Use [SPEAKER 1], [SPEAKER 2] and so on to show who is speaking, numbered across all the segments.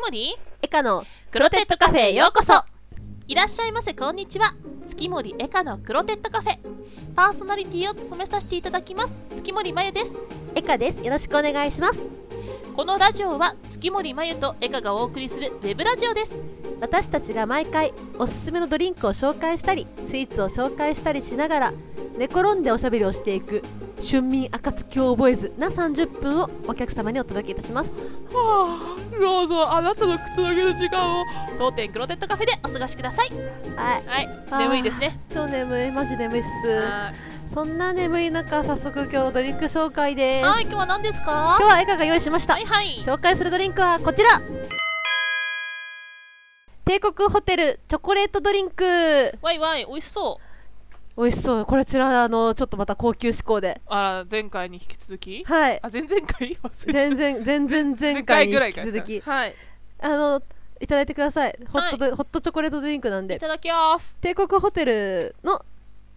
[SPEAKER 1] モリー
[SPEAKER 2] エカの
[SPEAKER 1] クロテッドカフェへようこそいらっしゃいませこんにちは月森エカのクロテッドカフェパーソナリティを務めさせていただきます月森まゆです
[SPEAKER 2] エカですよろしくお願いします
[SPEAKER 1] このラジオは月森まゆとエカがお送りするウェブラジオです
[SPEAKER 2] 私たちが毎回おすすめのドリンクを紹介したりスイーツを紹介したりしながら寝転んでおしゃべりをしていく春眠暁を覚えずな30分をお客様にお届けいたします
[SPEAKER 1] はあどうぞあなたのくつろげる時間を当店クロテッドカフェでお過ごしください
[SPEAKER 2] はい
[SPEAKER 1] はい
[SPEAKER 2] あー
[SPEAKER 1] 眠いですね
[SPEAKER 2] 超眠いマジ眠いっす
[SPEAKER 1] は
[SPEAKER 2] そんな眠い中早速今日のドリンク紹介
[SPEAKER 1] い
[SPEAKER 2] です今
[SPEAKER 1] 今日は何ですか
[SPEAKER 2] 日はエカが用意しました
[SPEAKER 1] はいはい
[SPEAKER 2] 紹介するドリンクはこちら帝国ホテルチョコレートドリンク
[SPEAKER 1] わいわい美味しそう
[SPEAKER 2] 美味しそうこれちらあのちょっとまた高級志向で
[SPEAKER 1] あら前回に引き続き
[SPEAKER 2] はい
[SPEAKER 1] あ前々回忘れて
[SPEAKER 2] 全
[SPEAKER 1] た
[SPEAKER 2] 然全然前回に引き続き
[SPEAKER 1] はい
[SPEAKER 2] あのいただいてくださいホットド、ホットチョコレートドリンクなん
[SPEAKER 1] い
[SPEAKER 2] で
[SPEAKER 1] ただきます
[SPEAKER 2] 帝国ホテルの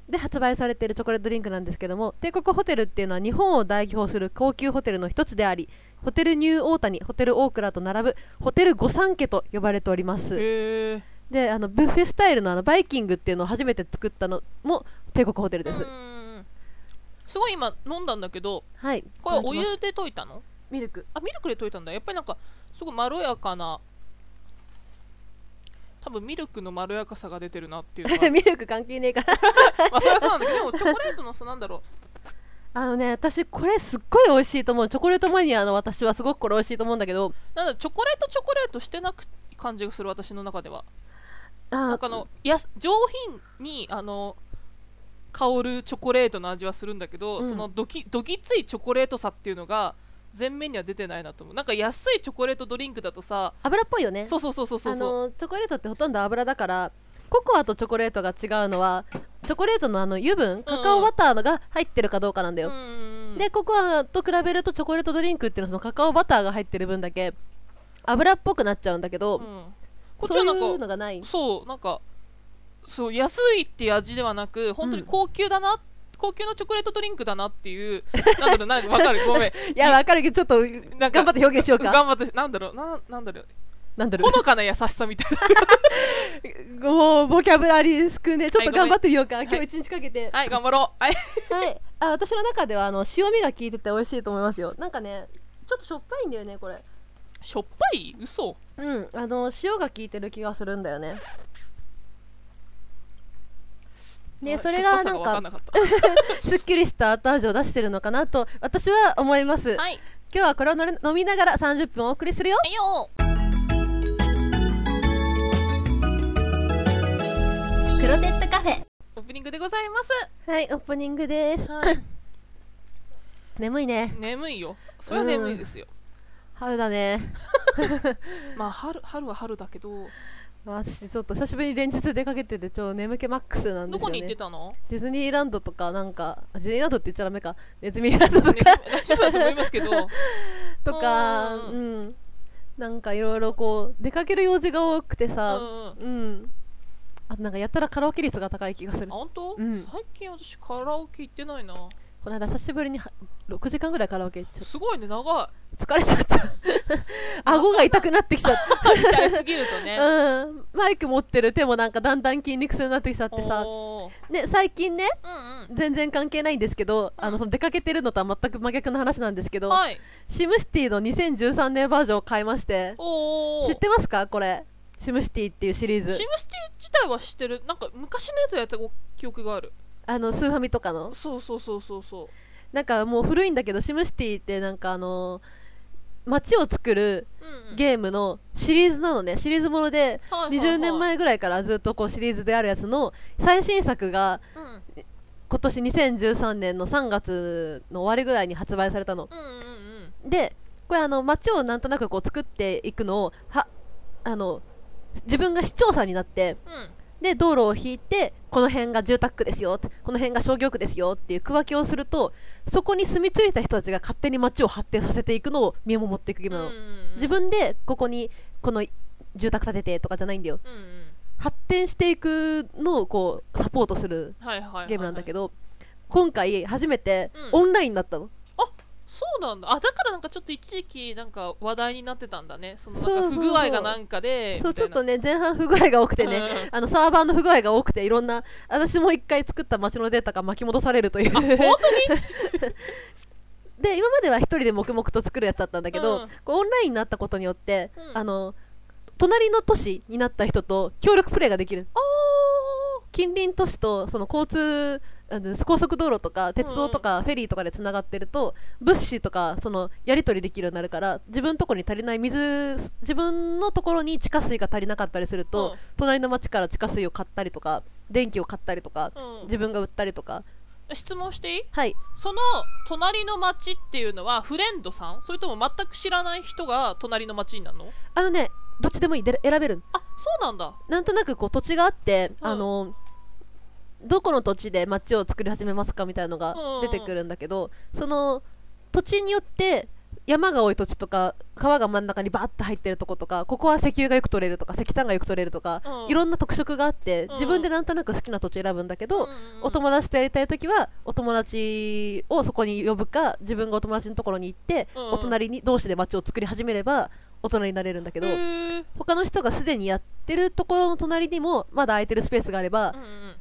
[SPEAKER 2] で発売されているチョコレートドリンクなんですけども帝国ホテルっていうのは日本を代表する高級ホテルの一つでありホテルニューオータニホテルオークラと並ぶホテル御三家と呼ばれております
[SPEAKER 1] へえ
[SPEAKER 2] であのブッフェスタイルのあのバイキングっていうのを初めて作ったのも帝国ホテルです、
[SPEAKER 1] すごい今飲んだんだけど
[SPEAKER 2] はい
[SPEAKER 1] これお
[SPEAKER 2] いただきます
[SPEAKER 1] 湯で溶いたの
[SPEAKER 2] ミルク
[SPEAKER 1] あミルクで溶いたんだやっぱりなんかすごいまろやかな多分ミルクのまろやかさが出てるなっていうのが
[SPEAKER 2] ミルク関係ねえから
[SPEAKER 1] まあそれはそうなんだけどでもチョコレートのそのなんだろ
[SPEAKER 2] あのね私これすっごい美味しいと思うチョコレートマニアの私はすごくこれ美味しいと思うんだけど
[SPEAKER 1] うなんだろうチョコレートチョコレートしてなく感じがする私の中では
[SPEAKER 2] あ
[SPEAKER 1] なんかあのやす上品にあの香るチョコレートの味はするんだけど、
[SPEAKER 2] うん
[SPEAKER 1] そのどきどぎついチョコレートさっていうのが前面には出てないなと思うなんか安いチョコレートドリンクだとさ
[SPEAKER 2] 油っぽいよね
[SPEAKER 1] そうそうそうそうそう
[SPEAKER 2] あのチョコレートってほとんど油だからココアとチョコレートが違うのはチョコレートのあの油分カカオバターが入ってるかどうかなんだ
[SPEAKER 1] う
[SPEAKER 2] よ、
[SPEAKER 1] ん
[SPEAKER 2] でココアと比べるとチョコレートドリンクっていうのはそのカカオバターが入ってる分だけ油っぽくなっちゃうんだけど、
[SPEAKER 1] うんこっち
[SPEAKER 2] そう
[SPEAKER 1] は
[SPEAKER 2] いう
[SPEAKER 1] なんかそう
[SPEAKER 2] のがない
[SPEAKER 1] なんかそう安いっていう味ではなく本当に高級だな、高級のチョコレートドリンクだなっていうなんだろうなんかわかる ごめん
[SPEAKER 2] いやわかるけどちょっと
[SPEAKER 1] なん
[SPEAKER 2] 頑張って表現しようか
[SPEAKER 1] 頑張ってなんだろうななんだろう
[SPEAKER 2] なんだろ
[SPEAKER 1] ほのかな優しさみたいな
[SPEAKER 2] うもうボキャブラリー少ねちょっと
[SPEAKER 1] はいごめ
[SPEAKER 2] 頑
[SPEAKER 1] ん
[SPEAKER 2] 張ってみようか、
[SPEAKER 1] い
[SPEAKER 2] 今日一日かけては
[SPEAKER 1] はい頑張ろうはい
[SPEAKER 2] い、あ私の中ではあの塩味が効いてて美味しいと思いますよなんかねちょっとしょっぱいんだよねこれ
[SPEAKER 1] しょっぱい嘘
[SPEAKER 2] うん、あの塩が効いてる気がするんだよね。で、
[SPEAKER 1] あ
[SPEAKER 2] それが
[SPEAKER 1] しょ
[SPEAKER 2] な
[SPEAKER 1] っ
[SPEAKER 2] ん
[SPEAKER 1] ぱさわ
[SPEAKER 2] か
[SPEAKER 1] なかった
[SPEAKER 2] すっきりした後味を出してるのかなと私 は思います。今
[SPEAKER 1] はい
[SPEAKER 2] 日はこれをのれ飲みながら30分お送りするよ。
[SPEAKER 1] はいよ
[SPEAKER 2] クロテッドカフェ。
[SPEAKER 1] オープニングでございます
[SPEAKER 2] はい、オープニングです。
[SPEAKER 1] はい
[SPEAKER 2] 眠いね。
[SPEAKER 1] 眠いよそれは眠いですよ、
[SPEAKER 2] 春だね。
[SPEAKER 1] まあ春春は春だけど
[SPEAKER 2] 私ちょっと久しぶりに連日出かけてて超眠気マックスなんで
[SPEAKER 1] ど
[SPEAKER 2] すよ
[SPEAKER 1] こ
[SPEAKER 2] ね。
[SPEAKER 1] に行ってたの
[SPEAKER 2] ディズニーランドとかなんかあディズニーランドって言っちゃダメか。ネズミランドとか、
[SPEAKER 1] ね大丈夫だと思いますけ ど
[SPEAKER 2] と か、
[SPEAKER 1] う
[SPEAKER 2] うんん、なんかいろいろこう出かける用事が多くて
[SPEAKER 1] うん
[SPEAKER 2] さ、
[SPEAKER 1] うんあ
[SPEAKER 2] うん、あとなんかやたらカラオケ率が高い気がする。こ
[SPEAKER 1] 本当、
[SPEAKER 2] うん
[SPEAKER 1] 最近私カラオケ行ってないな
[SPEAKER 2] の間久しぶりには6時間ぐらいカラオケ行っちゃっ
[SPEAKER 1] すごいね長
[SPEAKER 2] た疲れちゃった。 顎が痛くなってきちゃっ
[SPEAKER 1] い歌いすぎると ね、
[SPEAKER 2] た。 うん、マイク持ってる手もなんかだんだん筋肉痛になってきちゃってさ、
[SPEAKER 1] おー
[SPEAKER 2] ね、最近ね、
[SPEAKER 1] うん
[SPEAKER 2] 全然関係ないんですけど、
[SPEAKER 1] うん
[SPEAKER 2] あのその出かけてるのとは全く真逆の話なんですけ
[SPEAKER 1] うん
[SPEAKER 2] ど、
[SPEAKER 1] はい
[SPEAKER 2] シムシティの2013年バージョンを買いまして、
[SPEAKER 1] おお
[SPEAKER 2] 知ってますかこれ。シムシティっていうシリーズ。
[SPEAKER 1] シムシティ自体は知ってるなんか昔のやつやった記憶がある
[SPEAKER 2] あのスーファミとかの
[SPEAKER 1] そうそうそうそうそう
[SPEAKER 2] なんかもう古いんだけどシムシティってなんかあの街を作る
[SPEAKER 1] うんうん
[SPEAKER 2] ゲームのシリーズなのねシリーズもので
[SPEAKER 1] はいはいはい
[SPEAKER 2] 20年前ぐらいからずっとこうシリーズであるやつの最新作が
[SPEAKER 1] うんうん
[SPEAKER 2] 今年2013年の3月の終わりぐらいに発売されたの
[SPEAKER 1] うんうん
[SPEAKER 2] でこれあの街をなんとなくこう作っていくのをはあの自分が市長さんになって
[SPEAKER 1] うんうん
[SPEAKER 2] で道路を引いてこの辺が住宅区ですよってこの辺が商業区ですよっていう区分けをするとそこに住み着いた人たちが勝手に街を発展させていくのを見守っていくゲームなの、
[SPEAKER 1] うんうんうん
[SPEAKER 2] 自分でここにこの住宅建ててとかじゃないんだよ
[SPEAKER 1] うんうん
[SPEAKER 2] 発展していくのをこうサポートする
[SPEAKER 1] はいはいはいはい
[SPEAKER 2] ゲームなんだけど、今回初めて
[SPEAKER 1] うん
[SPEAKER 2] オンラインになったの、
[SPEAKER 1] そうなんだあだからなんかちょっと一時期なんか話題になってたんだねそのなん
[SPEAKER 2] そう
[SPEAKER 1] か
[SPEAKER 2] そう
[SPEAKER 1] 不
[SPEAKER 2] そう
[SPEAKER 1] 具合がなんかで
[SPEAKER 2] そうちょっと
[SPEAKER 1] ね
[SPEAKER 2] ね前半不具合が多くてね、
[SPEAKER 1] うん
[SPEAKER 2] あのサーバーの不具合が多くていろんな私も一回作った街のデータが巻き戻されるという
[SPEAKER 1] 本当に
[SPEAKER 2] で今までは一人で黙々と作るやつだったんだけど、
[SPEAKER 1] うん
[SPEAKER 2] こうオンラインになったことによって、
[SPEAKER 1] うん
[SPEAKER 2] あの隣の都市になった人と協力プレイができる
[SPEAKER 1] おー
[SPEAKER 2] 近隣都市とその交通あの高速道路とか鉄道とかフェリーとかでつながってると、物資とかそのやり取りできるようになるから自分のところに足りない水自分のところに地下水が足りなかったりすると、
[SPEAKER 1] うん
[SPEAKER 2] 隣の町から地下水を買ったりとか電気を買ったりとか、
[SPEAKER 1] うん
[SPEAKER 2] 自分が売ったりとか
[SPEAKER 1] 質問していい
[SPEAKER 2] はい
[SPEAKER 1] その隣の町っていうのはフレンドさんそれとも全く知らない人が隣の町になるの
[SPEAKER 2] あのねどっちでもいいで選べる
[SPEAKER 1] あそうなんだ
[SPEAKER 2] なんとなくこう土地があって、
[SPEAKER 1] うん
[SPEAKER 2] あのどこの土地で町を作り始めますかみたいなのが出てくるんだけど、その土地によって山が多い土地とか川が真ん中にバーッと入ってるとことかここは石油がよく取れるとか石炭がよく取れるとか、
[SPEAKER 1] うん
[SPEAKER 2] いろんな特色があって、
[SPEAKER 1] ん
[SPEAKER 2] 自分でなんとなく好きな土地選ぶんだけど、
[SPEAKER 1] うんうんうん
[SPEAKER 2] お友達とやりたい時はお友達をそこに呼ぶか自分がお友達のところに行って、
[SPEAKER 1] うん
[SPEAKER 2] お隣に同士で町を作り始めれば大人になれるんだけど、
[SPEAKER 1] へー
[SPEAKER 2] 他の人がすでにやってるところの隣にもまだ空いてるスペースがあれば、
[SPEAKER 1] うんうんうん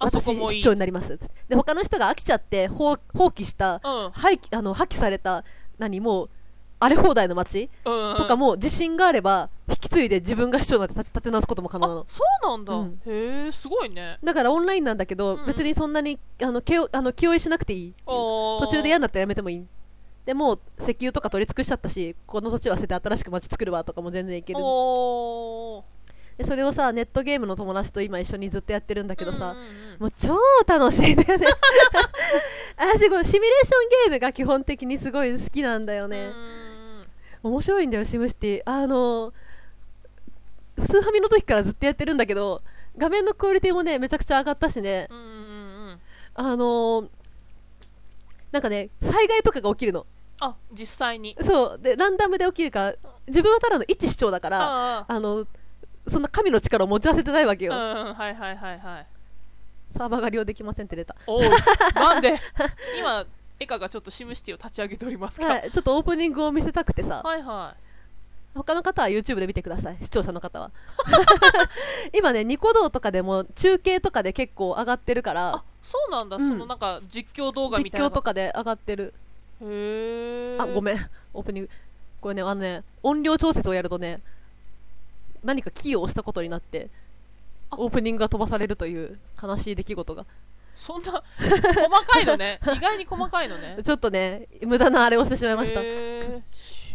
[SPEAKER 1] あそ
[SPEAKER 2] 私
[SPEAKER 1] こもい
[SPEAKER 2] 市
[SPEAKER 1] い
[SPEAKER 2] 長になりますつってで他の人が飽きちゃって放放棄した、
[SPEAKER 1] うんうん
[SPEAKER 2] 廃棄あの破棄された何もう荒れ放題の街
[SPEAKER 1] うん
[SPEAKER 2] とかも自信があれば引き継いで自分が市長になって立ち立て直すことも可能な
[SPEAKER 1] あ
[SPEAKER 2] の
[SPEAKER 1] そうなんだ、
[SPEAKER 2] うん
[SPEAKER 1] へえすごいね
[SPEAKER 2] だからオンラインなんだけど、
[SPEAKER 1] うんうん
[SPEAKER 2] 別にそんなにあの気をあの気負いしなくていい途
[SPEAKER 1] 途
[SPEAKER 2] 中で嫌になったらやめてもいいでもう石油とか取り尽くしちゃったしこの土地は捨てて新しく街作るわとかも全然いける
[SPEAKER 1] おー
[SPEAKER 2] でそれをさネットゲームの友達と今一緒にずっとやってるんだけどさ、
[SPEAKER 1] うんうんうん
[SPEAKER 2] もう超楽しいんだ よね私このシミュレーションゲームが基本的にすごい好きなんだよね
[SPEAKER 1] う、ん
[SPEAKER 2] 面白いんだよシムシティあの普通ファミの時からずっとやってるんだけど画面のクオリティもねめちゃくちゃ上がったしね
[SPEAKER 1] うんうんうん
[SPEAKER 2] あのなんかね災害とかが起きるの
[SPEAKER 1] あ実際に
[SPEAKER 2] そうでランダムで起きるから自分はただの一市長だからあ
[SPEAKER 1] ああ
[SPEAKER 2] のそんな神の力を持ち合わせてないわけ
[SPEAKER 1] うん
[SPEAKER 2] よ、
[SPEAKER 1] うんはいはいはいはい
[SPEAKER 2] サーバーが利用できませんって出た
[SPEAKER 1] おうなん で今エカがちょっとシムシティを立ち上げておりますから、
[SPEAKER 2] は
[SPEAKER 1] はい、
[SPEAKER 2] い、ちょっとオープニングを見せたくてさ、
[SPEAKER 1] はい
[SPEAKER 2] 他の方は YouTube で見てください、視聴者の 方は。今ね、ニコ動とかでも中継とかで結構上がってるか
[SPEAKER 1] あ
[SPEAKER 2] ら、
[SPEAKER 1] そうなんだ、
[SPEAKER 2] うん
[SPEAKER 1] そのなんか実況動画みた
[SPEAKER 2] 実
[SPEAKER 1] いな
[SPEAKER 2] 況とかで上がってる。
[SPEAKER 1] へえ
[SPEAKER 2] あ、ごめん、オープニング。これね、あのね、音量調節をやるとね、何かキーを押したことになって、
[SPEAKER 1] あ
[SPEAKER 2] オープニングが飛ばされるという悲しい出来事が。
[SPEAKER 1] そんな細かいの ね意外に細かいのね
[SPEAKER 2] ちょっとね、無駄なあれをしてしまいました。
[SPEAKER 1] へーし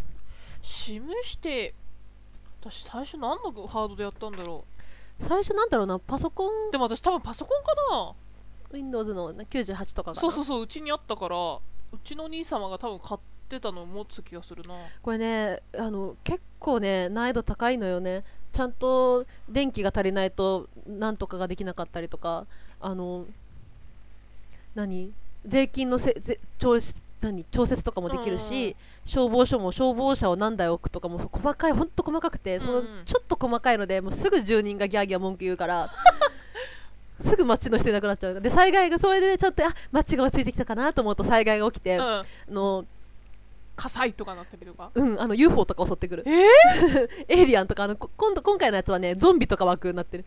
[SPEAKER 1] シムシティ私最初何のハードでやったんだろ
[SPEAKER 2] 最初なんだろうな、パソコン、
[SPEAKER 1] うでも私多分パソコンかな
[SPEAKER 2] Windows の98とかが。
[SPEAKER 1] そうそうそううちにあったからうちのお兄様が多分買ってたのを持つ気がするな
[SPEAKER 2] これねあの結構ね難易度高いのよねちゃんと電気が足りないとなんとかができなかったりとかあの何税金のせぜ調何調節とかもできる
[SPEAKER 1] うんう
[SPEAKER 2] し、
[SPEAKER 1] ん
[SPEAKER 2] 消防署も消防車を何台置くとかもそう細かいほんと細かくてその
[SPEAKER 1] うんうん
[SPEAKER 2] ちょっと細かいのでもうすぐ住人がギャーギャー文句言うから すぐ町の人いなくなっちゃうで災害がそれでちょっとあ町がついてきたかなと思うと災害が起きて、あ
[SPEAKER 1] うん
[SPEAKER 2] の
[SPEAKER 1] 火災とかなったりとか
[SPEAKER 2] うん、あの UFO とか襲ってくる
[SPEAKER 1] えー、
[SPEAKER 2] エイリアンとかあのこ今度今回のやつはねゾンビとか枠になってる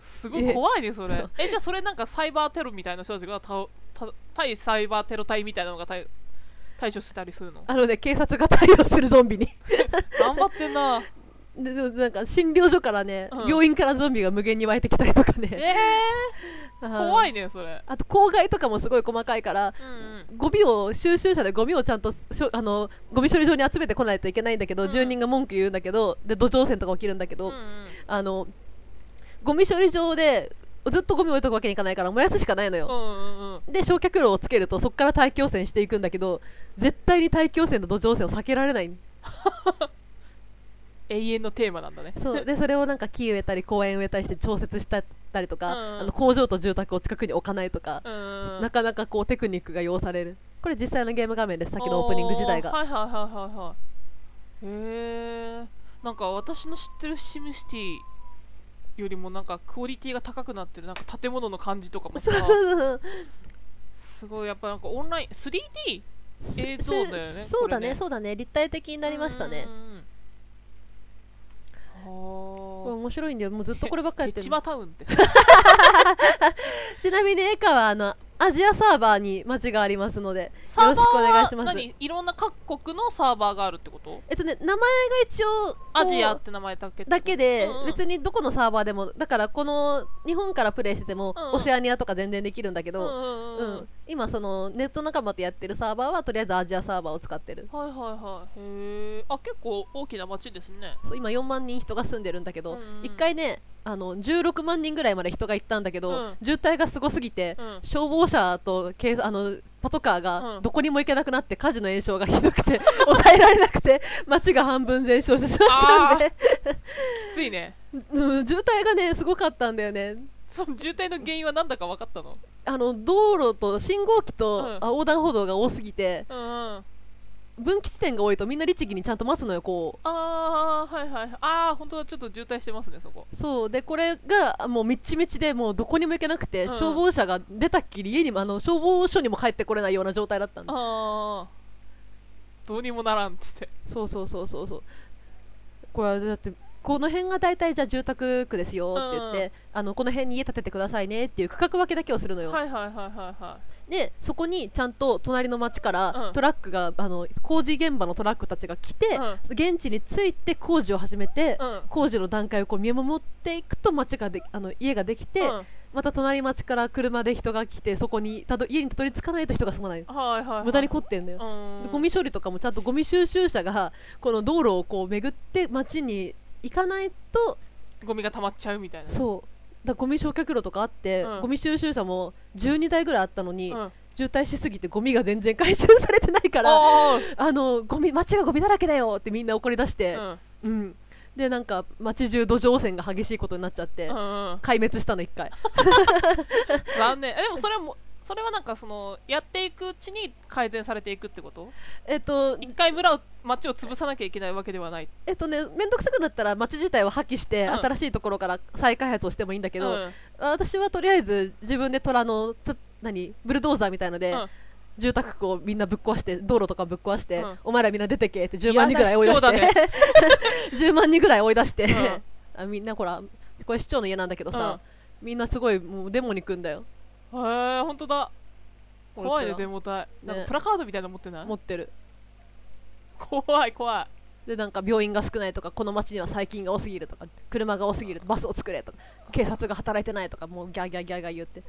[SPEAKER 1] すごい怖いねそれ
[SPEAKER 2] そう
[SPEAKER 1] えじゃあそれなんかサイバーテロみたいな人たちがたた対サイバーテロ隊みたいなのが対対処してたりするの
[SPEAKER 2] あのね警察が対応するゾンビに
[SPEAKER 1] 頑張ってんな
[SPEAKER 2] ででもなんか診療所からね、
[SPEAKER 1] うん
[SPEAKER 2] 病院からゾンビが無限に湧いてきたりとか
[SPEAKER 1] え
[SPEAKER 2] ね
[SPEAKER 1] え怖い
[SPEAKER 2] い
[SPEAKER 1] ねそれ
[SPEAKER 2] あと公害とかもすごい細かいから
[SPEAKER 1] うんうん
[SPEAKER 2] ゴミを収集車でゴミをちゃんとしょあのゴミ処理場に集めてこないといけないんだけど、
[SPEAKER 1] うん
[SPEAKER 2] 住人が文句言うんだけどで土壌汚染とか起きるんだけど、
[SPEAKER 1] うんうん
[SPEAKER 2] あのゴミ処理場でずっとゴミ置いとくわけにいかないから燃やすしかないのよ、
[SPEAKER 1] うんうんうん
[SPEAKER 2] で焼却炉をつけるとそこから大気汚染していくんだけど絶対に大気汚染と土壌汚染を避けられない
[SPEAKER 1] 永遠のテーマなんだね
[SPEAKER 2] そうでそれをなんか木植えたり公園植えたりして調節したりとか、
[SPEAKER 1] うんうん
[SPEAKER 2] あの工場と住宅を近くに置かないとか、
[SPEAKER 1] うんうんうん
[SPEAKER 2] なかなかこうテクニックが要されるこれ実際のゲーム画面ですさっきのオープニング時代
[SPEAKER 1] おー
[SPEAKER 2] が
[SPEAKER 1] はいはいはいはいはいへえなんか私の知ってるシムシティよりもなんかクオリティが高くなってるなんか 建物の感じとかも
[SPEAKER 2] そ
[SPEAKER 1] さ
[SPEAKER 2] うそうそう
[SPEAKER 1] すごいやっぱなんかオンライン 3D
[SPEAKER 2] え
[SPEAKER 1] えーそうだよね
[SPEAKER 2] そうだ
[SPEAKER 1] これ
[SPEAKER 2] ね
[SPEAKER 1] ね
[SPEAKER 2] そうだね立体的になりましたね
[SPEAKER 1] うん
[SPEAKER 2] これ
[SPEAKER 1] は
[SPEAKER 2] 面白いんだよもうずっとこればっか
[SPEAKER 1] あ
[SPEAKER 2] りや って
[SPEAKER 1] 千
[SPEAKER 2] る
[SPEAKER 1] 葉タウン って
[SPEAKER 2] ちなみにエカはあのアジアサーバーに町がありますので
[SPEAKER 1] サーバー
[SPEAKER 2] よろしくお願いし
[SPEAKER 1] は
[SPEAKER 2] ます
[SPEAKER 1] 何いろんな各国のサーバーがあるってこと
[SPEAKER 2] えっとね名前が一応こう
[SPEAKER 1] アジアって名前だけってこと
[SPEAKER 2] だけで、
[SPEAKER 1] うんうん
[SPEAKER 2] 別にどこのサーバーでもだからこの日本からプレイしてても、
[SPEAKER 1] うんうん
[SPEAKER 2] オセアニアとか全然できるんだけ
[SPEAKER 1] うんうん
[SPEAKER 2] ど、う
[SPEAKER 1] うんんうん
[SPEAKER 2] 今そのネット仲間とやってるサーバーはとりあえずアジアサーバーを使ってる
[SPEAKER 1] はいはいはいへえあ結構大きな町ですね
[SPEAKER 2] そう今4万人人が住んでるんだけど、
[SPEAKER 1] うんうん
[SPEAKER 2] 1回ねあの16万人ぐらいまで人が行ったんだけど、
[SPEAKER 1] うん
[SPEAKER 2] 渋滞がすごすぎて、
[SPEAKER 1] うん
[SPEAKER 2] 消防車と警あのパトカーが
[SPEAKER 1] うん
[SPEAKER 2] どこにも行けなくなって火事の延焼がひど くて抑えられなくて街が半分全焼してしまったんで、
[SPEAKER 1] きついね
[SPEAKER 2] うん、渋滞がねすごかったんだよね
[SPEAKER 1] その渋滞の原因は何だか分かったの
[SPEAKER 2] あの道路と信号機と、
[SPEAKER 1] うん
[SPEAKER 2] あ横断歩道が多すぎて
[SPEAKER 1] うんうん
[SPEAKER 2] 分岐地点が多いとみんな律儀にちゃんと待つのよこ
[SPEAKER 1] あーはいはいああ本当だちょっと渋滞してますねそこ
[SPEAKER 2] うそうでこれがもうみっちみちでもうどこにも行けなくて、
[SPEAKER 1] うん
[SPEAKER 2] 消防車が出たっきり家にもあの消防署にも帰ってこれないような状態だったんだ
[SPEAKER 1] ああどうにもならんっつって
[SPEAKER 2] そうそうそうそうそうこれはだってこの辺が大体じゃあ住宅区ですよって言って、あのこの辺に家建ててくださいねっていう区画分けだけをするのよ、
[SPEAKER 1] はいはいはいはいは
[SPEAKER 2] でそこにちゃんと隣の町か
[SPEAKER 1] う
[SPEAKER 2] ら
[SPEAKER 1] ん
[SPEAKER 2] トラックが、あの工事現場のトラックたちが来て、
[SPEAKER 1] うん
[SPEAKER 2] 現地に着いて工事を始めて、
[SPEAKER 1] うん
[SPEAKER 2] 工事の段階をこう見守っていくと町がであの家ができ
[SPEAKER 1] い
[SPEAKER 2] て、
[SPEAKER 1] うん
[SPEAKER 2] また隣町から車で人が来てそこにたど家にたどり着かないと人が住まない
[SPEAKER 1] はいはいはい
[SPEAKER 2] 無駄に凝ってんだよ、
[SPEAKER 1] うん
[SPEAKER 2] でゴミ処理とかもちゃんとゴミ収集車がこの道路をこう巡って町に行かないと
[SPEAKER 1] ゴミが溜まっちゃうみたいな
[SPEAKER 2] そうだからゴミ焼却炉とかあって、
[SPEAKER 1] うん
[SPEAKER 2] ゴミ収集車も12台ぐらいあったのに、
[SPEAKER 1] うん
[SPEAKER 2] 渋滞しすぎてゴミが全然回収されてないから
[SPEAKER 1] おー
[SPEAKER 2] あのゴミ町がゴミだらけだよってみんな怒り出して、
[SPEAKER 1] う
[SPEAKER 2] うん
[SPEAKER 1] ん
[SPEAKER 2] でなんか町中土壌汚染が激しいことになっちゃって、
[SPEAKER 1] うんうん
[SPEAKER 2] 壊滅したの一 回
[SPEAKER 1] 残念えでもそれはもうそれはなんかそのやっていくうちに改善されていくってこと
[SPEAKER 2] えっと
[SPEAKER 1] 一回村を町を潰さなきゃいけないわけではない
[SPEAKER 2] えっとね面倒くさくなったら町自体は破棄して、
[SPEAKER 1] うん
[SPEAKER 2] 新しいところから再開発をしてもいいんだけど、
[SPEAKER 1] うん
[SPEAKER 2] 私はとりあえず自分で虎のつ何ブルドーザーみたいので、
[SPEAKER 1] うん
[SPEAKER 2] 住宅区をみんなぶっ壊して道路とかぶっ壊して、
[SPEAKER 1] うん
[SPEAKER 2] お前らみんな出てけって10万人ぐらい追い出し
[SPEAKER 1] 嫌な
[SPEAKER 2] て、10万人ぐらい追い出して、
[SPEAKER 1] うん
[SPEAKER 2] あみんなほらこれ市長の家なんだけどさ、みんなすごいもうデモに来んだよ
[SPEAKER 1] へえ本当だ怖いね
[SPEAKER 2] こい
[SPEAKER 1] デ
[SPEAKER 2] つ
[SPEAKER 1] モ隊なんか
[SPEAKER 2] ね
[SPEAKER 1] プラカードみたいなの持ってな
[SPEAKER 2] ら
[SPEAKER 1] い
[SPEAKER 2] 持ってる
[SPEAKER 1] 怖い怖い
[SPEAKER 2] でなんか病院が少ないとかこの町には細菌が多すぎるとか車が多すぎるとかバスを作れとか警察が働いてないとかもうギャーギャーギャーギャー言って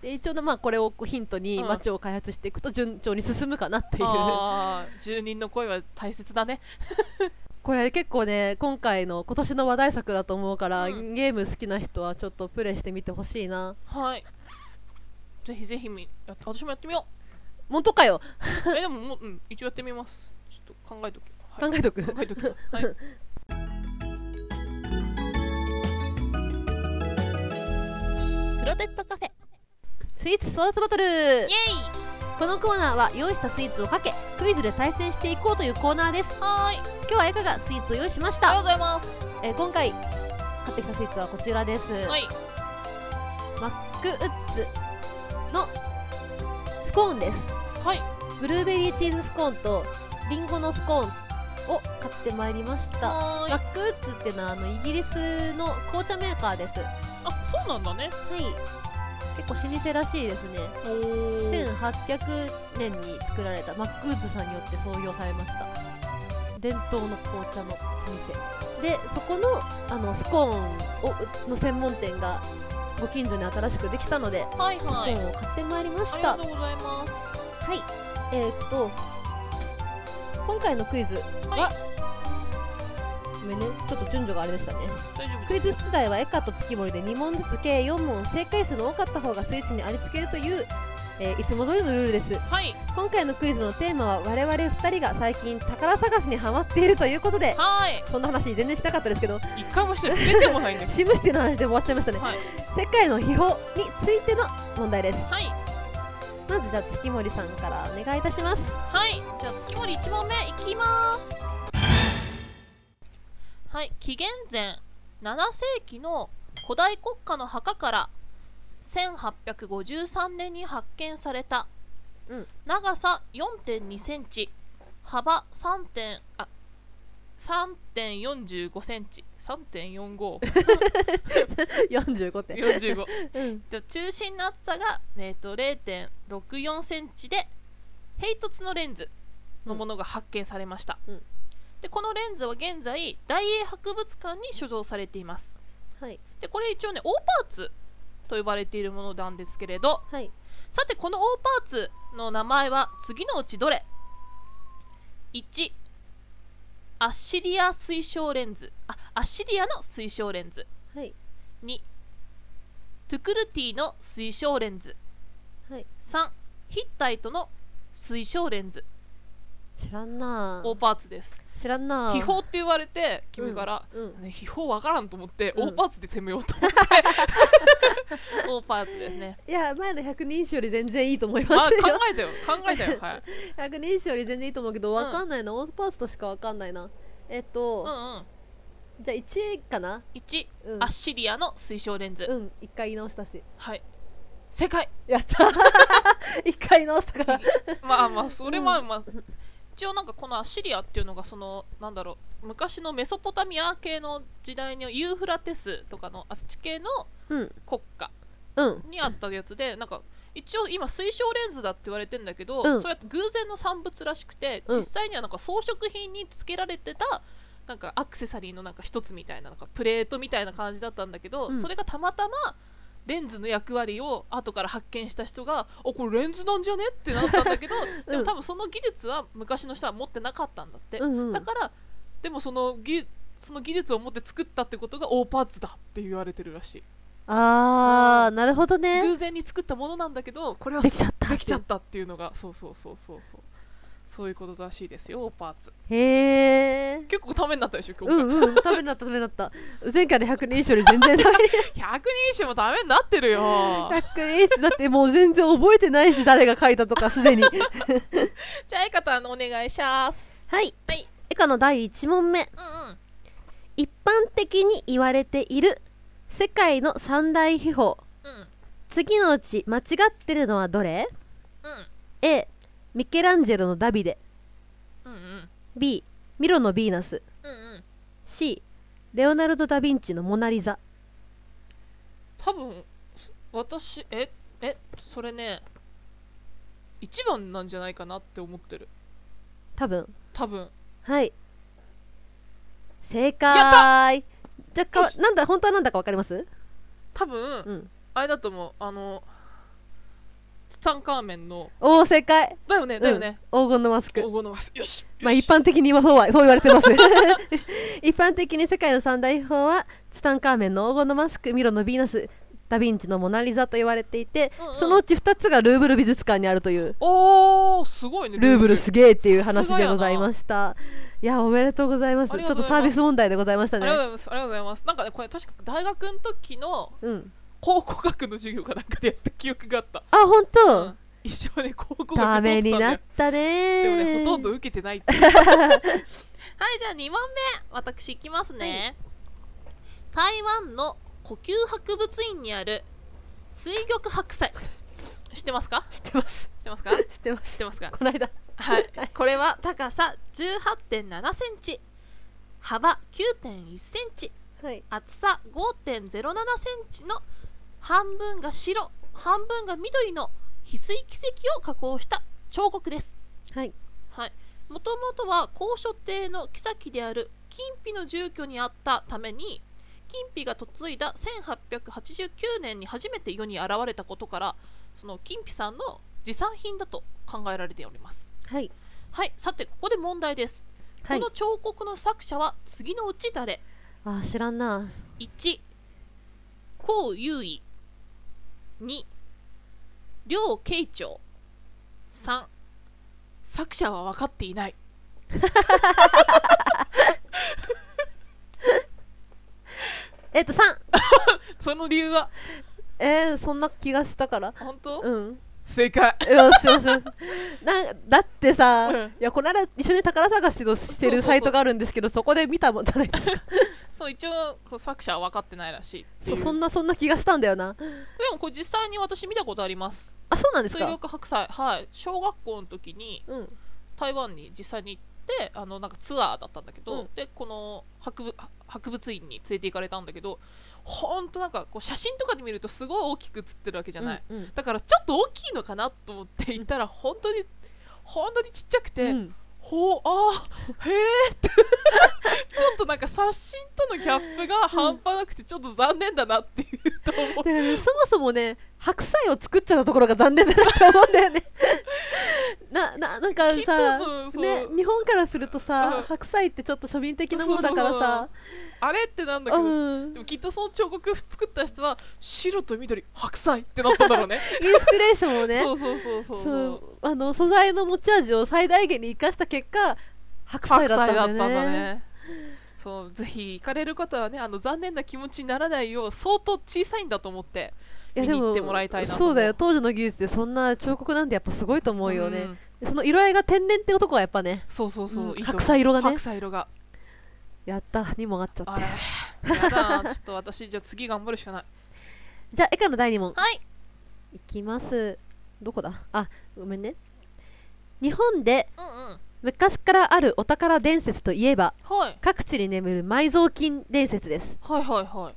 [SPEAKER 2] で一応ねまあこれをこうヒントに
[SPEAKER 1] うん
[SPEAKER 2] 町を開発していくと順調に進むかなっていう、
[SPEAKER 1] あ ー住人の声は大切だね
[SPEAKER 2] これ結構ね今回の今年の話題作だと思うから、
[SPEAKER 1] うん
[SPEAKER 2] ゲーム好きな人はちょっとプレイしてみてほしいな
[SPEAKER 1] はいぜひぜひみやっ私もやってみよ
[SPEAKER 2] 本当かよ、
[SPEAKER 1] うえでももう、うん、一応やってみますちょっと考えときはい
[SPEAKER 2] 考えとく
[SPEAKER 1] 考えとき はい
[SPEAKER 3] クロテッドカフェ
[SPEAKER 2] スイーツ争奪バトル
[SPEAKER 1] イエイ
[SPEAKER 2] このコーナーは用意したスイーツをかけクイズで対戦していこうというコーナーです
[SPEAKER 1] はーい
[SPEAKER 2] 今日はエカがスイーツを用意しま
[SPEAKER 1] あ
[SPEAKER 2] し
[SPEAKER 1] りがとう
[SPEAKER 2] た、
[SPEAKER 1] ございます
[SPEAKER 2] えー今回買ってきたスイーツはこちらです、
[SPEAKER 1] はい
[SPEAKER 2] マックウッズのスコーンです
[SPEAKER 1] はい
[SPEAKER 2] ブルーベリーチーズスコーンとリンゴのスコーンを買ってまいりました
[SPEAKER 1] はー
[SPEAKER 2] ラ
[SPEAKER 1] い
[SPEAKER 2] ックウッズっていうのはあのイギリスの紅茶メーカーです。はい。
[SPEAKER 1] あそうなんだね
[SPEAKER 2] 結構老舗らしいですね。
[SPEAKER 1] おお
[SPEAKER 2] 1800年に作られたマックウッズさんによって創業されました。伝統の紅茶の老舗。で、そこのあのスコーンをうの専門店がご近所に新しくできたので、
[SPEAKER 1] はいはい
[SPEAKER 2] スコーンを買ってまいりまし
[SPEAKER 1] あり
[SPEAKER 2] た。
[SPEAKER 1] が
[SPEAKER 2] は
[SPEAKER 1] とうございます
[SPEAKER 2] い。えーっと、今回のクイズは、
[SPEAKER 1] は
[SPEAKER 2] ごめんね、ちょっと順序があれでしたね。
[SPEAKER 1] 大丈夫
[SPEAKER 2] クイズ出題はエカと月森で2問ずつ計4問正解数の多かった方がスイーツにありつけるという、えーいつも通りのルールです
[SPEAKER 1] はい
[SPEAKER 2] 今回のクイズのテーマは我々2人が最近宝探しにハマっているということで
[SPEAKER 1] は
[SPEAKER 2] そんな話全然しなかったですけど
[SPEAKER 1] ーい一回もして 出てもないんです
[SPEAKER 2] シムシティの話で終わっちゃいましたね、
[SPEAKER 1] はい
[SPEAKER 2] 世界の秘宝についての問題です
[SPEAKER 1] はい
[SPEAKER 2] まずじゃあ月森さんからお願いいたします
[SPEAKER 1] はいじゃあ月森1問目いきますはい紀元前7世紀の古代国家の墓から1853年に発見された
[SPEAKER 2] うん
[SPEAKER 1] 長さ4.2センチ幅3点あ3.45センチ3.4545
[SPEAKER 2] 45点、うん、
[SPEAKER 1] で中心の厚さが、えー、と0.64センチでヘイトツのレンズのものが発見されました、
[SPEAKER 2] うん
[SPEAKER 1] でこのレンズは現在大英博物館に所蔵されています
[SPEAKER 2] はい
[SPEAKER 1] でこれ一応ねオーパーツと呼ばれているものなんですけれど
[SPEAKER 2] はい
[SPEAKER 1] さてこのオーパーツの名前は次のうちどれ ?1 アッシリア推奨レンズあアッシリアの推奨レンズ
[SPEAKER 2] はい
[SPEAKER 1] 2トゥクルティの推奨レンズ、
[SPEAKER 2] はい
[SPEAKER 1] 3ヒッタイトの推奨レンズ
[SPEAKER 2] 知らんな
[SPEAKER 1] オーパーツです
[SPEAKER 2] 知らんな
[SPEAKER 4] 秘宝って言われて君から、
[SPEAKER 2] うん
[SPEAKER 4] ね秘宝わからんと思って、
[SPEAKER 2] う
[SPEAKER 4] オ
[SPEAKER 2] ん
[SPEAKER 4] ーパーツで攻めようと思って
[SPEAKER 1] オーパーツですね
[SPEAKER 2] いや前の100人一首より全然いいと思い
[SPEAKER 4] ま
[SPEAKER 2] ま
[SPEAKER 4] あ
[SPEAKER 2] す
[SPEAKER 4] 考
[SPEAKER 2] よ
[SPEAKER 4] えた よ考えたよ はい、
[SPEAKER 2] 100人一首より全然いいと思うけどわかんないな、オーパーツとしかわかんないなえっと、
[SPEAKER 1] うんうん
[SPEAKER 2] じゃあ1位かな
[SPEAKER 1] 1、
[SPEAKER 2] うん
[SPEAKER 1] アッシリアの推奨レンズ、
[SPEAKER 2] うん一回言い直したし
[SPEAKER 1] はい正 解
[SPEAKER 2] やった一回言い直したから
[SPEAKER 4] まあまあそれは、
[SPEAKER 2] う
[SPEAKER 4] まあ
[SPEAKER 1] 一応なんかこのアッシリアっていうのがそのなんだろう昔のメソポタミア系の時代のユーフラテスとかのあっち系の
[SPEAKER 2] うん
[SPEAKER 1] 国家
[SPEAKER 2] うん
[SPEAKER 1] にあったやつでなんか一応今推奨レンズだって言われてんだけど、
[SPEAKER 2] うん
[SPEAKER 1] そうやって偶然の産物らしくて、
[SPEAKER 2] うん
[SPEAKER 1] 実際にはなんか装飾品につけられてたなんかアクセサリーのなんか一つみたいななんかプレートみたいな感じだったんだけど、
[SPEAKER 2] うん
[SPEAKER 1] それがたまたまレンズの役割を後から発見した人が「あこれレンズなんじゃね?」ってなったん だけど、でも多分その技術は昔の人は持ってなかったんだって、
[SPEAKER 2] うんうん
[SPEAKER 1] だから
[SPEAKER 4] でもその技その技術を持って作ったってことがオーパーツだって言われてるらしい
[SPEAKER 2] あーなるほどね
[SPEAKER 4] 偶然に作ったものなんだけどこれは
[SPEAKER 2] できちゃった
[SPEAKER 4] できちゃったっていうのがそうそうそうそうそうそういうことらしいですよオーパーツ
[SPEAKER 2] へえ
[SPEAKER 4] 結構ためになったでしょ今
[SPEAKER 2] う
[SPEAKER 4] 日、
[SPEAKER 2] んうん食べになった食べになった前回の100人一首より全然ダ メ
[SPEAKER 4] 100人種もためになってる よ
[SPEAKER 2] 100人一首だってもう全然覚えてないし誰が書いたとかす でに
[SPEAKER 1] じゃあエカタンお願いします
[SPEAKER 2] はい
[SPEAKER 1] はい
[SPEAKER 2] 以下の第1問目
[SPEAKER 1] うんうん
[SPEAKER 2] 一般的に言われている世界の三大秘宝
[SPEAKER 1] うん
[SPEAKER 2] 次のうち間違ってるのはどれ
[SPEAKER 1] うん
[SPEAKER 2] ?A ミケランジェロのダビデ
[SPEAKER 1] うん
[SPEAKER 2] B ミロのヴィーナス
[SPEAKER 1] うんうん
[SPEAKER 2] C レオナルド・ダ・ヴィンチのモナ・リザ
[SPEAKER 4] 多分私ええそれね一番なんじゃないかなって思ってる
[SPEAKER 2] 多分
[SPEAKER 4] 多分
[SPEAKER 2] はい正解じゃあかなんだ本当はなんだかわかります
[SPEAKER 4] 多分、
[SPEAKER 2] うん
[SPEAKER 4] あれだと思うあのツタンカーメンの
[SPEAKER 2] おお正解
[SPEAKER 4] だよねだよね、
[SPEAKER 2] うん、黄金のマスク
[SPEAKER 4] 黄金のマスよし
[SPEAKER 2] まあ
[SPEAKER 4] よ
[SPEAKER 2] 一
[SPEAKER 4] し
[SPEAKER 2] 般的に今そうはそう言われてます 一般的に世界の三大秘宝はツタンカーメンの黄金のマスクミロのヴィーナスダ・ヴィンチのモナ・リザと言われていて、
[SPEAKER 1] うんうん
[SPEAKER 2] そのうち2つがルーブル美術館にあるという
[SPEAKER 4] おーすごいね
[SPEAKER 2] ルーブルすげえっていう話
[SPEAKER 4] さすが
[SPEAKER 2] で
[SPEAKER 4] やな
[SPEAKER 2] ございましたいやおめでとうございます
[SPEAKER 4] あり
[SPEAKER 2] ち
[SPEAKER 4] が
[SPEAKER 2] ょ
[SPEAKER 4] とう
[SPEAKER 2] っ
[SPEAKER 4] ご
[SPEAKER 2] と
[SPEAKER 4] ざいます
[SPEAKER 2] サービス問題でございました
[SPEAKER 4] ありがとう
[SPEAKER 2] ね
[SPEAKER 4] ございますありがとうございますなんかねこれ確か大学の時の
[SPEAKER 2] うん
[SPEAKER 4] 考古学の授業かなんかでやった記憶があった、
[SPEAKER 2] あ本当、
[SPEAKER 4] うん一生ね考古学取ってた
[SPEAKER 2] ダ
[SPEAKER 4] んだ
[SPEAKER 2] メ
[SPEAKER 4] よ
[SPEAKER 2] になったね
[SPEAKER 4] でもねほとんど受けてないって いう
[SPEAKER 1] はい、じゃあ2問目、私いきますね。台湾の呼吸博物院にある水玉白菜。知ってますか
[SPEAKER 2] 知ってます
[SPEAKER 1] 知って ますか
[SPEAKER 2] 知ってます
[SPEAKER 1] 知ってますか
[SPEAKER 2] この間
[SPEAKER 1] はい。これは高さ18.7センチ、幅9.1センチ、
[SPEAKER 2] はい
[SPEAKER 1] 厚さ5.07センチの半分が白、半分が緑の翡翠奇跡を加工した彫刻です。
[SPEAKER 2] はい
[SPEAKER 1] はい、もともとは高所邸の妃である金比の住居にあったために金比が嫁いだ1889年に初めて世に現れたことからその金比さんの持参品だと考えられております
[SPEAKER 2] はい
[SPEAKER 1] はいさてここで問題です、
[SPEAKER 2] はい
[SPEAKER 1] この彫刻の作者は次のうち誰
[SPEAKER 2] あ知らんな
[SPEAKER 1] 1高優位2両慶長3
[SPEAKER 4] 作者は分かっていない
[SPEAKER 2] えっと3
[SPEAKER 4] その理由は
[SPEAKER 2] えー、そんな気がしたから
[SPEAKER 4] 本当、
[SPEAKER 2] うん
[SPEAKER 4] 正解
[SPEAKER 2] よしよしよしなんだってさ、
[SPEAKER 4] うん
[SPEAKER 2] いやこの間一緒に宝探しのして
[SPEAKER 4] そうそう
[SPEAKER 2] る
[SPEAKER 4] そう
[SPEAKER 2] サイトがあるんですけどそこで見たもんじゃないですか
[SPEAKER 4] そう一応こう作者は分かってないらしいってい
[SPEAKER 2] そうそんなそんな気がしたんだよな
[SPEAKER 4] でもこれ実際に私見たことあります
[SPEAKER 2] あそうなんです
[SPEAKER 1] 水
[SPEAKER 2] か
[SPEAKER 1] 力白菜はい小学校の時に
[SPEAKER 2] うん
[SPEAKER 1] 台湾に実際に行ってあのなんかツアーだったんだけど、
[SPEAKER 2] うん
[SPEAKER 1] でこの博物博物院に連れて行かれたんだけどほんとなんかこう写真とかで見るとすごい大きく写ってるわけじゃない、
[SPEAKER 2] うんうん
[SPEAKER 1] だからちょっと大きいのかなと思って行ったら本当に本当にちっちゃくて、
[SPEAKER 2] うん
[SPEAKER 1] ほうあーへえって ちょっとなんか刷新とのギャップが半端なくてちょっと残念だなっていうと思
[SPEAKER 2] だ
[SPEAKER 1] う
[SPEAKER 2] からねそもそもね白菜を作っちゃったところが残念だなと思うんだよね なななんか
[SPEAKER 1] きっと
[SPEAKER 2] さ
[SPEAKER 1] うんそう
[SPEAKER 2] ね、日本からするとさ、
[SPEAKER 1] うん
[SPEAKER 2] 白菜ってちょっと庶民的なものだからさ
[SPEAKER 1] あれってなんだけ
[SPEAKER 2] う
[SPEAKER 1] ど、
[SPEAKER 2] ん
[SPEAKER 1] でもきっとその彫刻作った人は白と緑白菜ってなったんだろうね
[SPEAKER 2] インスピレーションをね
[SPEAKER 1] そうそうそうそう
[SPEAKER 2] そうあの素材の持ち味を最大限に生かした結果白菜
[SPEAKER 1] 白
[SPEAKER 2] だ
[SPEAKER 1] 菜だ
[SPEAKER 2] った
[SPEAKER 1] った
[SPEAKER 2] ん
[SPEAKER 1] ん
[SPEAKER 2] だ
[SPEAKER 1] だ
[SPEAKER 2] よね
[SPEAKER 1] ねそうぜひ行かれる方はねあの残念な気持ちにならないよう相当小さいんだと思って
[SPEAKER 2] いやで
[SPEAKER 1] 見に行
[SPEAKER 2] も
[SPEAKER 1] ってもらいたいなと思う
[SPEAKER 2] そうだよ当時の技術でそんな彫刻なんてやっぱすごいと思うよね
[SPEAKER 1] ん、
[SPEAKER 2] その色合いが天然って男はやっぱね
[SPEAKER 1] そうそうそう、
[SPEAKER 2] うん
[SPEAKER 1] いいと思う
[SPEAKER 2] 白菜色がね
[SPEAKER 1] 白菜色が
[SPEAKER 2] やったにもあっちゃっ
[SPEAKER 1] あ
[SPEAKER 2] て
[SPEAKER 1] れやだちょっと私じゃあ次頑張るしかない
[SPEAKER 2] じゃあエカの第2問
[SPEAKER 3] はい
[SPEAKER 2] いきますどこだあごめんね日本で
[SPEAKER 3] うんうん
[SPEAKER 2] 昔からあるお宝伝説といえば
[SPEAKER 1] はい
[SPEAKER 2] 各地に眠る埋蔵金伝説です
[SPEAKER 1] はいはいはい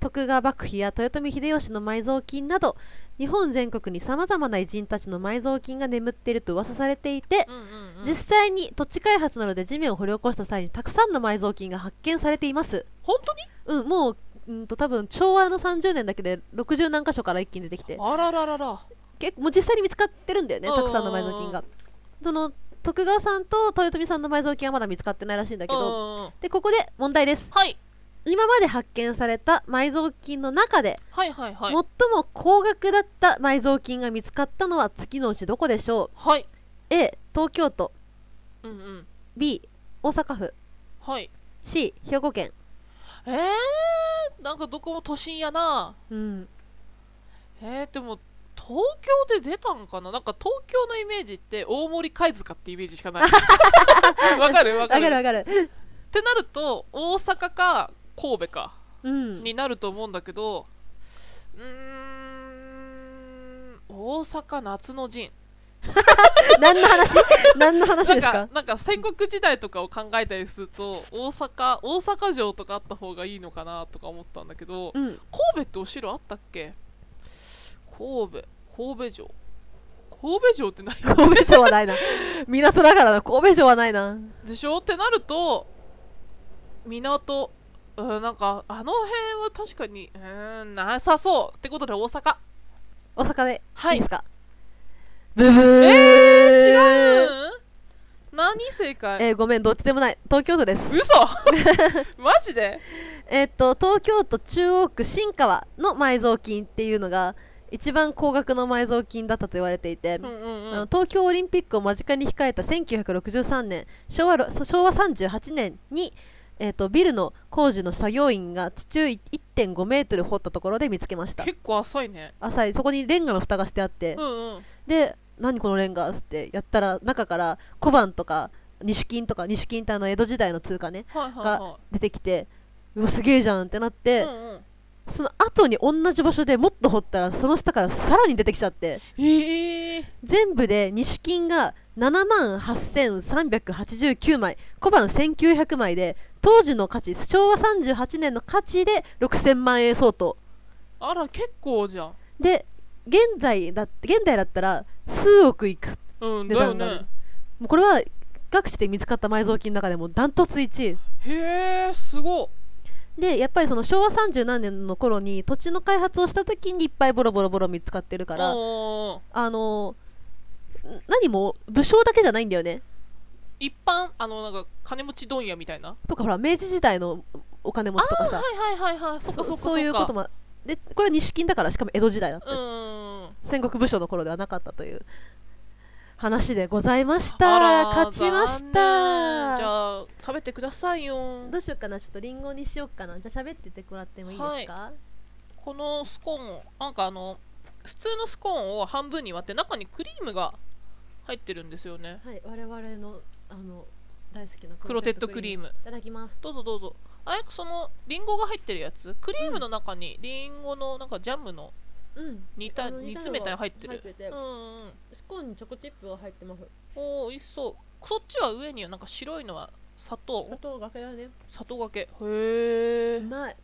[SPEAKER 2] 徳川幕府や豊臣秀吉の埋蔵金など日本全国にさまざまな偉人たちの埋蔵金が眠っていると噂されていて
[SPEAKER 1] うんうん、うん
[SPEAKER 2] 実際に土地開発などで地面を掘り起こした際にたくさんの埋蔵金が発見されています
[SPEAKER 1] 本当に
[SPEAKER 2] うんもううんと多分昭和の30年だけで60何箇所から一気に出てきて
[SPEAKER 1] あらららら
[SPEAKER 2] 結構もう実際に見つかってるんだよね
[SPEAKER 1] うん
[SPEAKER 2] たくさんの埋蔵金がその徳川さんと豊臣さんの埋蔵金はまだ見つかってないらしいんだけど
[SPEAKER 1] うんうんうん
[SPEAKER 2] でここで問題です
[SPEAKER 3] はい
[SPEAKER 2] 今まで発見された埋蔵金の中で
[SPEAKER 1] はいはいは
[SPEAKER 2] 最
[SPEAKER 1] い
[SPEAKER 2] も高額だった埋蔵金が見つかったのは次のうちどこでしょ
[SPEAKER 1] はい、
[SPEAKER 2] う A 東京都
[SPEAKER 1] うんうん、
[SPEAKER 2] B 大阪府
[SPEAKER 1] はい
[SPEAKER 2] C 兵庫県
[SPEAKER 1] えー、なんかどこも都心やな
[SPEAKER 2] うん
[SPEAKER 1] えー、でも東京で出たんかななんか東京のイメージって大森貝塚ってイメージしかない わかるわ
[SPEAKER 2] わ
[SPEAKER 1] か
[SPEAKER 2] か
[SPEAKER 1] る
[SPEAKER 2] るわかる
[SPEAKER 1] ってなると大阪か神戸か
[SPEAKER 2] うん
[SPEAKER 1] になると思うんだけどうーん大阪夏の陣
[SPEAKER 2] 何の話 何の話
[SPEAKER 1] な
[SPEAKER 2] で
[SPEAKER 1] ん
[SPEAKER 2] すか
[SPEAKER 1] かなんか戦国時代とかを考えたりすると大阪大阪城とかあった方がいいのかなとか思ったんだけど
[SPEAKER 2] うん
[SPEAKER 1] 神戸ってお城あったっけ神戸神戸城神戸城ってない
[SPEAKER 2] 神戸城はないな港だからな神戸城はないな
[SPEAKER 1] でしょってなると港うんなんかあの辺は確かにうーんなさそうってことで大阪
[SPEAKER 2] 大阪で
[SPEAKER 1] はい
[SPEAKER 2] いい
[SPEAKER 1] い
[SPEAKER 2] ですかブブー
[SPEAKER 1] 違
[SPEAKER 2] え
[SPEAKER 1] う何正解
[SPEAKER 2] ーごめんどっちでもない東京都です
[SPEAKER 1] 嘘 マジで
[SPEAKER 2] えーっと東京都中央区新川の埋蔵金っていうのが一番高額の埋蔵金だったと言われていて、
[SPEAKER 1] うんう
[SPEAKER 2] あ
[SPEAKER 1] んう
[SPEAKER 2] の
[SPEAKER 1] ん
[SPEAKER 2] 東京オリンピックを間近に控えた1963年昭和ろ昭和38年に、えー、とビルの工事の作業員が地中1.5メートル掘ったところで見つけました
[SPEAKER 1] 結構浅いね
[SPEAKER 2] 浅いそこにレンガの蓋がしてあって、
[SPEAKER 1] うんうん
[SPEAKER 2] で何このレンガってやったら中から小判とか西金とか西金ってあの江戸時代の通貨ね
[SPEAKER 1] はいはいは
[SPEAKER 2] 出てきてうわすげえじゃんってなっ
[SPEAKER 1] い。
[SPEAKER 2] て、
[SPEAKER 1] うんうん、
[SPEAKER 2] その後に同じ場所でもっと掘ったらその下からさらに出てきちゃって
[SPEAKER 1] えー、
[SPEAKER 2] 全部で西金が7万8389枚小判1900枚で当時の価値昭和38年の価値で6000万円相当
[SPEAKER 1] あら結構じゃん。
[SPEAKER 2] で現在だ現代だったら数億いく
[SPEAKER 1] うん
[SPEAKER 2] 値
[SPEAKER 1] だよ
[SPEAKER 2] 段がある
[SPEAKER 1] ね。
[SPEAKER 2] もうこれは各地で見つかった埋蔵金の中でもダントツ1位
[SPEAKER 1] へえすごっ。
[SPEAKER 2] でやっぱりその昭和30何年の頃に土地の開発をした時にいっぱいボロボロボロ見つかってるから、
[SPEAKER 1] うん
[SPEAKER 2] あのーん何も武将だけじゃないんだよね
[SPEAKER 1] 一般あのなんか金持ち問屋みたいな。
[SPEAKER 2] とかほら明治時代のお金持ちとかさ
[SPEAKER 1] はいはいはいはい。そっかそっかそっか。
[SPEAKER 2] そういうこともでこれは錦金だからしかも江戸時代だって、
[SPEAKER 1] うん。
[SPEAKER 2] 戦国武将の頃ではなかったという話でございまし
[SPEAKER 1] あ
[SPEAKER 2] た
[SPEAKER 1] ら
[SPEAKER 2] 勝ちまし
[SPEAKER 1] 残念
[SPEAKER 2] た
[SPEAKER 1] じゃあ食べてくださいよ
[SPEAKER 2] ど。うしようかなちょっとリンゴにしようかなじゃあ喋っててもらってもいいですか、
[SPEAKER 1] このスコーンなんかあの普通のスコーンを半分に割って中にクリームが入ってるんですよね。
[SPEAKER 2] はい、我々のあの大好きな
[SPEAKER 1] クロテッドクリー
[SPEAKER 2] ム。
[SPEAKER 1] ム。
[SPEAKER 2] いただきます。
[SPEAKER 1] どうぞどうぞあれそのリンゴが入ってるやつクリームの中にリンゴのなんかジャムの
[SPEAKER 5] うん
[SPEAKER 1] 煮た煮詰めたら入って
[SPEAKER 5] 入っ
[SPEAKER 1] る
[SPEAKER 5] てて、
[SPEAKER 1] うんうんうん
[SPEAKER 5] スコーンにチョコチップは入ってます
[SPEAKER 1] おお美味しそうそっちは上になんか白いのは砂
[SPEAKER 5] 砂
[SPEAKER 1] 糖
[SPEAKER 5] 糖がけだね
[SPEAKER 1] 砂糖がけへえ、
[SPEAKER 5] うまい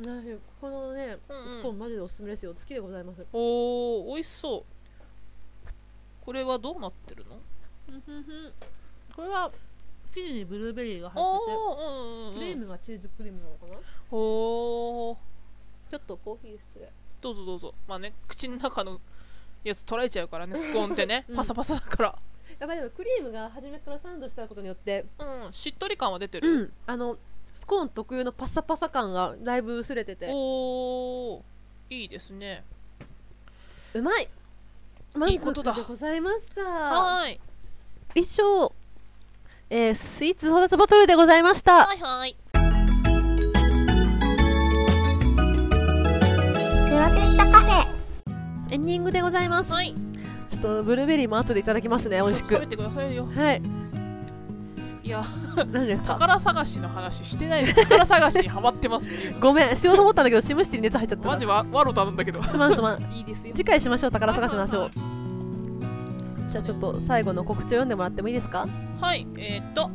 [SPEAKER 5] なこのね、
[SPEAKER 1] うんうん
[SPEAKER 5] スコーンマジでおすすめですよ好きでございます
[SPEAKER 1] おお美味しそうこれはどうなってるの
[SPEAKER 5] これは生地にブルーベリーが入って
[SPEAKER 1] おお
[SPEAKER 5] て
[SPEAKER 1] ーうん
[SPEAKER 5] ク
[SPEAKER 1] う
[SPEAKER 5] リ
[SPEAKER 1] んう
[SPEAKER 5] ー
[SPEAKER 1] ん
[SPEAKER 5] ムがチーズクリームなのかな
[SPEAKER 1] おー
[SPEAKER 5] ちょっとコーヒー失礼
[SPEAKER 1] どうぞどうぞまあね口の中のやつ取られちゃうからねスコーンってね、
[SPEAKER 5] うん
[SPEAKER 1] パサパサだか
[SPEAKER 5] やばいでもクリームが初めからサンドしたことによって
[SPEAKER 1] らうんしっとり感は出て
[SPEAKER 5] う
[SPEAKER 1] る、
[SPEAKER 5] んあのスコーン特有のパサパサ感がだいぶ薄れてて
[SPEAKER 1] おおいいですね
[SPEAKER 5] うまい
[SPEAKER 1] いいことだ
[SPEAKER 5] 満足でございました
[SPEAKER 1] はーい
[SPEAKER 2] 以上、えースイーツ争奪バトルでございました、
[SPEAKER 3] はいはい
[SPEAKER 6] クロテッタカフェ
[SPEAKER 2] エンディングでございます
[SPEAKER 1] はい
[SPEAKER 2] ちょっとブルーベリーも後でいただきます ね美味し
[SPEAKER 1] 食べ
[SPEAKER 2] く
[SPEAKER 1] てくださいよ
[SPEAKER 2] はい
[SPEAKER 1] いや
[SPEAKER 2] 何ですか
[SPEAKER 1] 宝探しの話してないのに宝探しにハマってますっていうの
[SPEAKER 2] ごめんしようと思ったんだけどシムシティに熱入っちゃった
[SPEAKER 1] マジわわろたなんだけど
[SPEAKER 2] すまんすまん
[SPEAKER 1] いいですよ
[SPEAKER 2] 次回しましょう宝探しの話をじゃあちょっと最後の告知を読んでもらってもいいですか
[SPEAKER 1] はいえー、っと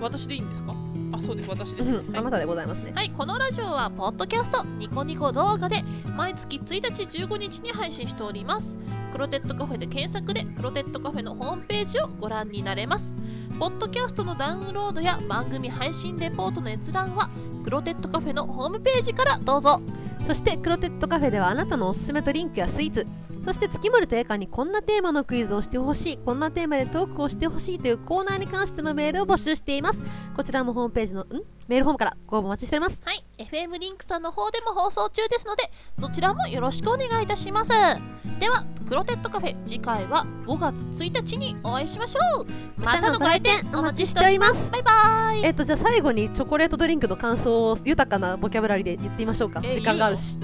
[SPEAKER 1] 私でいいんですかあそうです私で
[SPEAKER 2] う
[SPEAKER 1] す、ね
[SPEAKER 2] ん
[SPEAKER 1] はい
[SPEAKER 2] あなたでございますね
[SPEAKER 3] はい、このラジオはポッドキャストニコニコ動画で毎月1日15日に配信しておりますクロテッドカフェで検索でクロテッドカフェのホームページをご覧になれますポッドキャストのダウンロードや番組配信レポートの閲覧はクロテッドカフェのホームページからどうぞ
[SPEAKER 2] そしてクロテッドカフェではあなたのおすすめとリンクやスイーツそして月森とエカにこんなテーマのクイズをしてほしいこんなテーマでトークをしてほしいというコーナーに関してのメールを募集していますこちらもホームページのんメールフォームからご応募お待ちしております
[SPEAKER 3] はい、FM リンクさんの方でも放送中ですのでそちらもよろしくお願いいたしますではクロテッドカフェ次回は5月1日にお会いしましょうまたのご来店お待ちしております
[SPEAKER 2] ます
[SPEAKER 3] バイバイ
[SPEAKER 2] えっとじゃあ最後にチョコレートドリンクの感想を豊かなボキャブラリーで言ってみましょうか
[SPEAKER 1] え
[SPEAKER 2] 時間があるし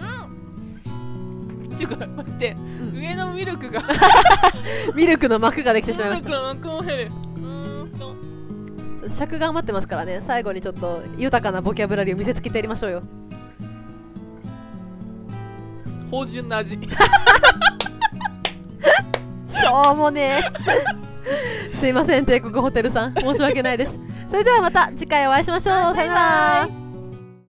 [SPEAKER 1] うんっていうか待って、上のミルクが
[SPEAKER 2] ミルクの膜ができてしまいま
[SPEAKER 1] ミ
[SPEAKER 2] し
[SPEAKER 1] ルクの幕も減るうーんと
[SPEAKER 2] た尺が余ってますからね最後にちょっと豊かなボキャブラリーを見せつけてやりましょうよ
[SPEAKER 1] 芳醇な味
[SPEAKER 2] しょうもね えすいません帝国ホテルさん申し訳ないですそれではまた次回お会いしましょうさよなら